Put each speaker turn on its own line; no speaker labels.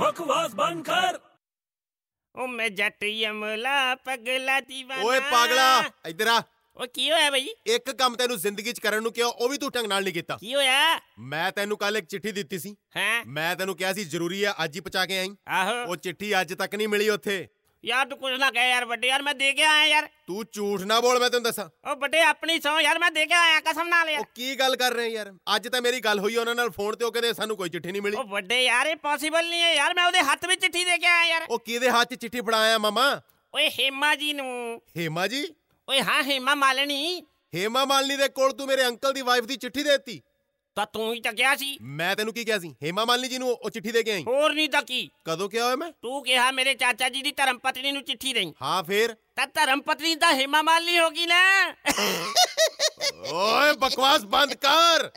ਬਕਵਾਸ ਬੰਦ ਕਰ
ਉਹ ਮੈਂ ਜੱਟ ਯਮਲਾ ਪਗਲਾ دیਵਾਨਾ
ਓਏ ਪਾਗਲਾ ਇੱਧਰ ਆ
ਓ ਕੀ ਹੋਇਆ ਬਈ
ਇੱਕ ਕੰਮ ਤੈਨੂੰ ਜ਼ਿੰਦਗੀ 'ਚ ਕਰਨ ਨੂੰ ਕਿਹਾ ਉਹ ਵੀ ਤੂੰ ਢੰਗ ਨਾਲ ਨਹੀਂ ਕੀਤਾ
ਕੀ ਹੋਇਆ
ਮੈਂ ਤੈਨੂੰ ਕੱਲ ਇੱਕ ਚਿੱਠੀ ਦਿੱਤੀ ਸੀ
ਹੈ
ਮੈਂ ਤੈਨੂੰ ਕਿਹਾ ਸੀ ਜ਼ਰੂਰੀ ਆ ਅੱਜ ਹੀ ਪਹੁੰਚਾ ਕੇ ਆਈ
ਆਹੋ
ਉਹ ਚਿੱਠੀ ਅੱਜ ਤੱਕ ਨਹੀਂ ਮਿਲੀ ਉੱਥੇ
ਯਾਰ ਤੂੰ ਕੁਝ ਨਾ ਕਹਿ ਯਾਰ ਵੱਡੇ ਯਾਰ ਮੈਂ ਦੇ ਕੇ ਆਇਆ ਯਾਰ
ਤੂੰ ਝੂਠ ਨਾ ਬੋਲ ਮੈਂ ਤੈਨੂੰ ਦੱਸਾਂ
ਉਹ ਵੱਡੇ ਆਪਣੀ ਸੌ ਯਾਰ ਮੈਂ ਦੇ ਕੇ ਆਇਆ ਕਸਮ ਨਾਲ
ਉਹ
ਯਾਰ
ਕੀ ਗੱਲ ਕਰ ਰਹੇ ਯਾਰ ਅੱਜ ਤਾਂ ਮੇਰੀ ਗੱਲ ਹੋਈ ਉਹਨਾਂ ਨਾਲ ਫੋਨ ਤੇ ਉਹ ਕਹਿੰਦੇ ਸਾਨੂੰ ਕੋਈ ਚਿੱਠੀ ਨਹੀਂ ਮਿਲੀ
ਉਹ ਵੱਡੇ ਯਾਰ ਇਹ ਪੋਸੀਬਲ ਨਹੀਂ ਹੈ ਯਾਰ ਮੈਂ ਉਹਦੇ ਹੱਥ ਵਿੱਚ ਚਿੱਠੀ ਦੇ ਕੇ ਆਇਆ ਯਾਰ
ਉਹ ਕਿਹਦੇ ਹੱਥ 'ਚ ਚਿੱਠੀ ਫੜਾਇਆ ਮਾਮਾ
ਓਏ ਹੇਮਾ ਜੀ ਨੂੰ
ਹੇਮਾ ਜੀ
ਓਏ ਹਾਂ ਹੇਮਾ ਮਾਲਣੀ
ਹੇਮਾ ਮਾਲਨੀ ਦੇ ਕੋਲ ਤੂੰ ਮੇਰੇ ਅੰਕਲ ਦੀ ਵਾਈਫ ਦੀ ਚਿੱਠੀ ਦੇਤੀ
ਤਾਂ ਤੂੰ ਹੀ ਤਾਂ ਕਿਹਾ ਸੀ
ਮੈਂ ਤੈਨੂੰ ਕੀ ਕਿਹਾ ਸੀ ਹੇਮਾ ਮਾਲਨੀ ਜੀ ਨੂੰ ਉਹ ਚਿੱਠੀ ਦੇ ਕੇ ਆਈ
ਹੋਰ ਨਹੀਂ ਤਾਂ ਕੀ
ਕਦੋਂ ਕਿਹਾ ਹੋਇਆ ਮੈਂ
ਤੂੰ ਕਿਹਾ ਮੇਰੇ ਚਾਚਾ ਜੀ ਦੀ ਧਰਮ ਪਤਨੀ ਨੂੰ ਚਿੱਠੀ ਦੇਈ
ਹਾਂ ਫੇਰ
ਤਾਂ ਧਰਮ ਪਤਨੀ ਤਾਂ ਹੇਮਾ ਮਾਲਣੀ ਹੋ ਗਈ ਨਾ
ਓਏ ਬਕਵਾਸ ਬੰਦ ਕਰ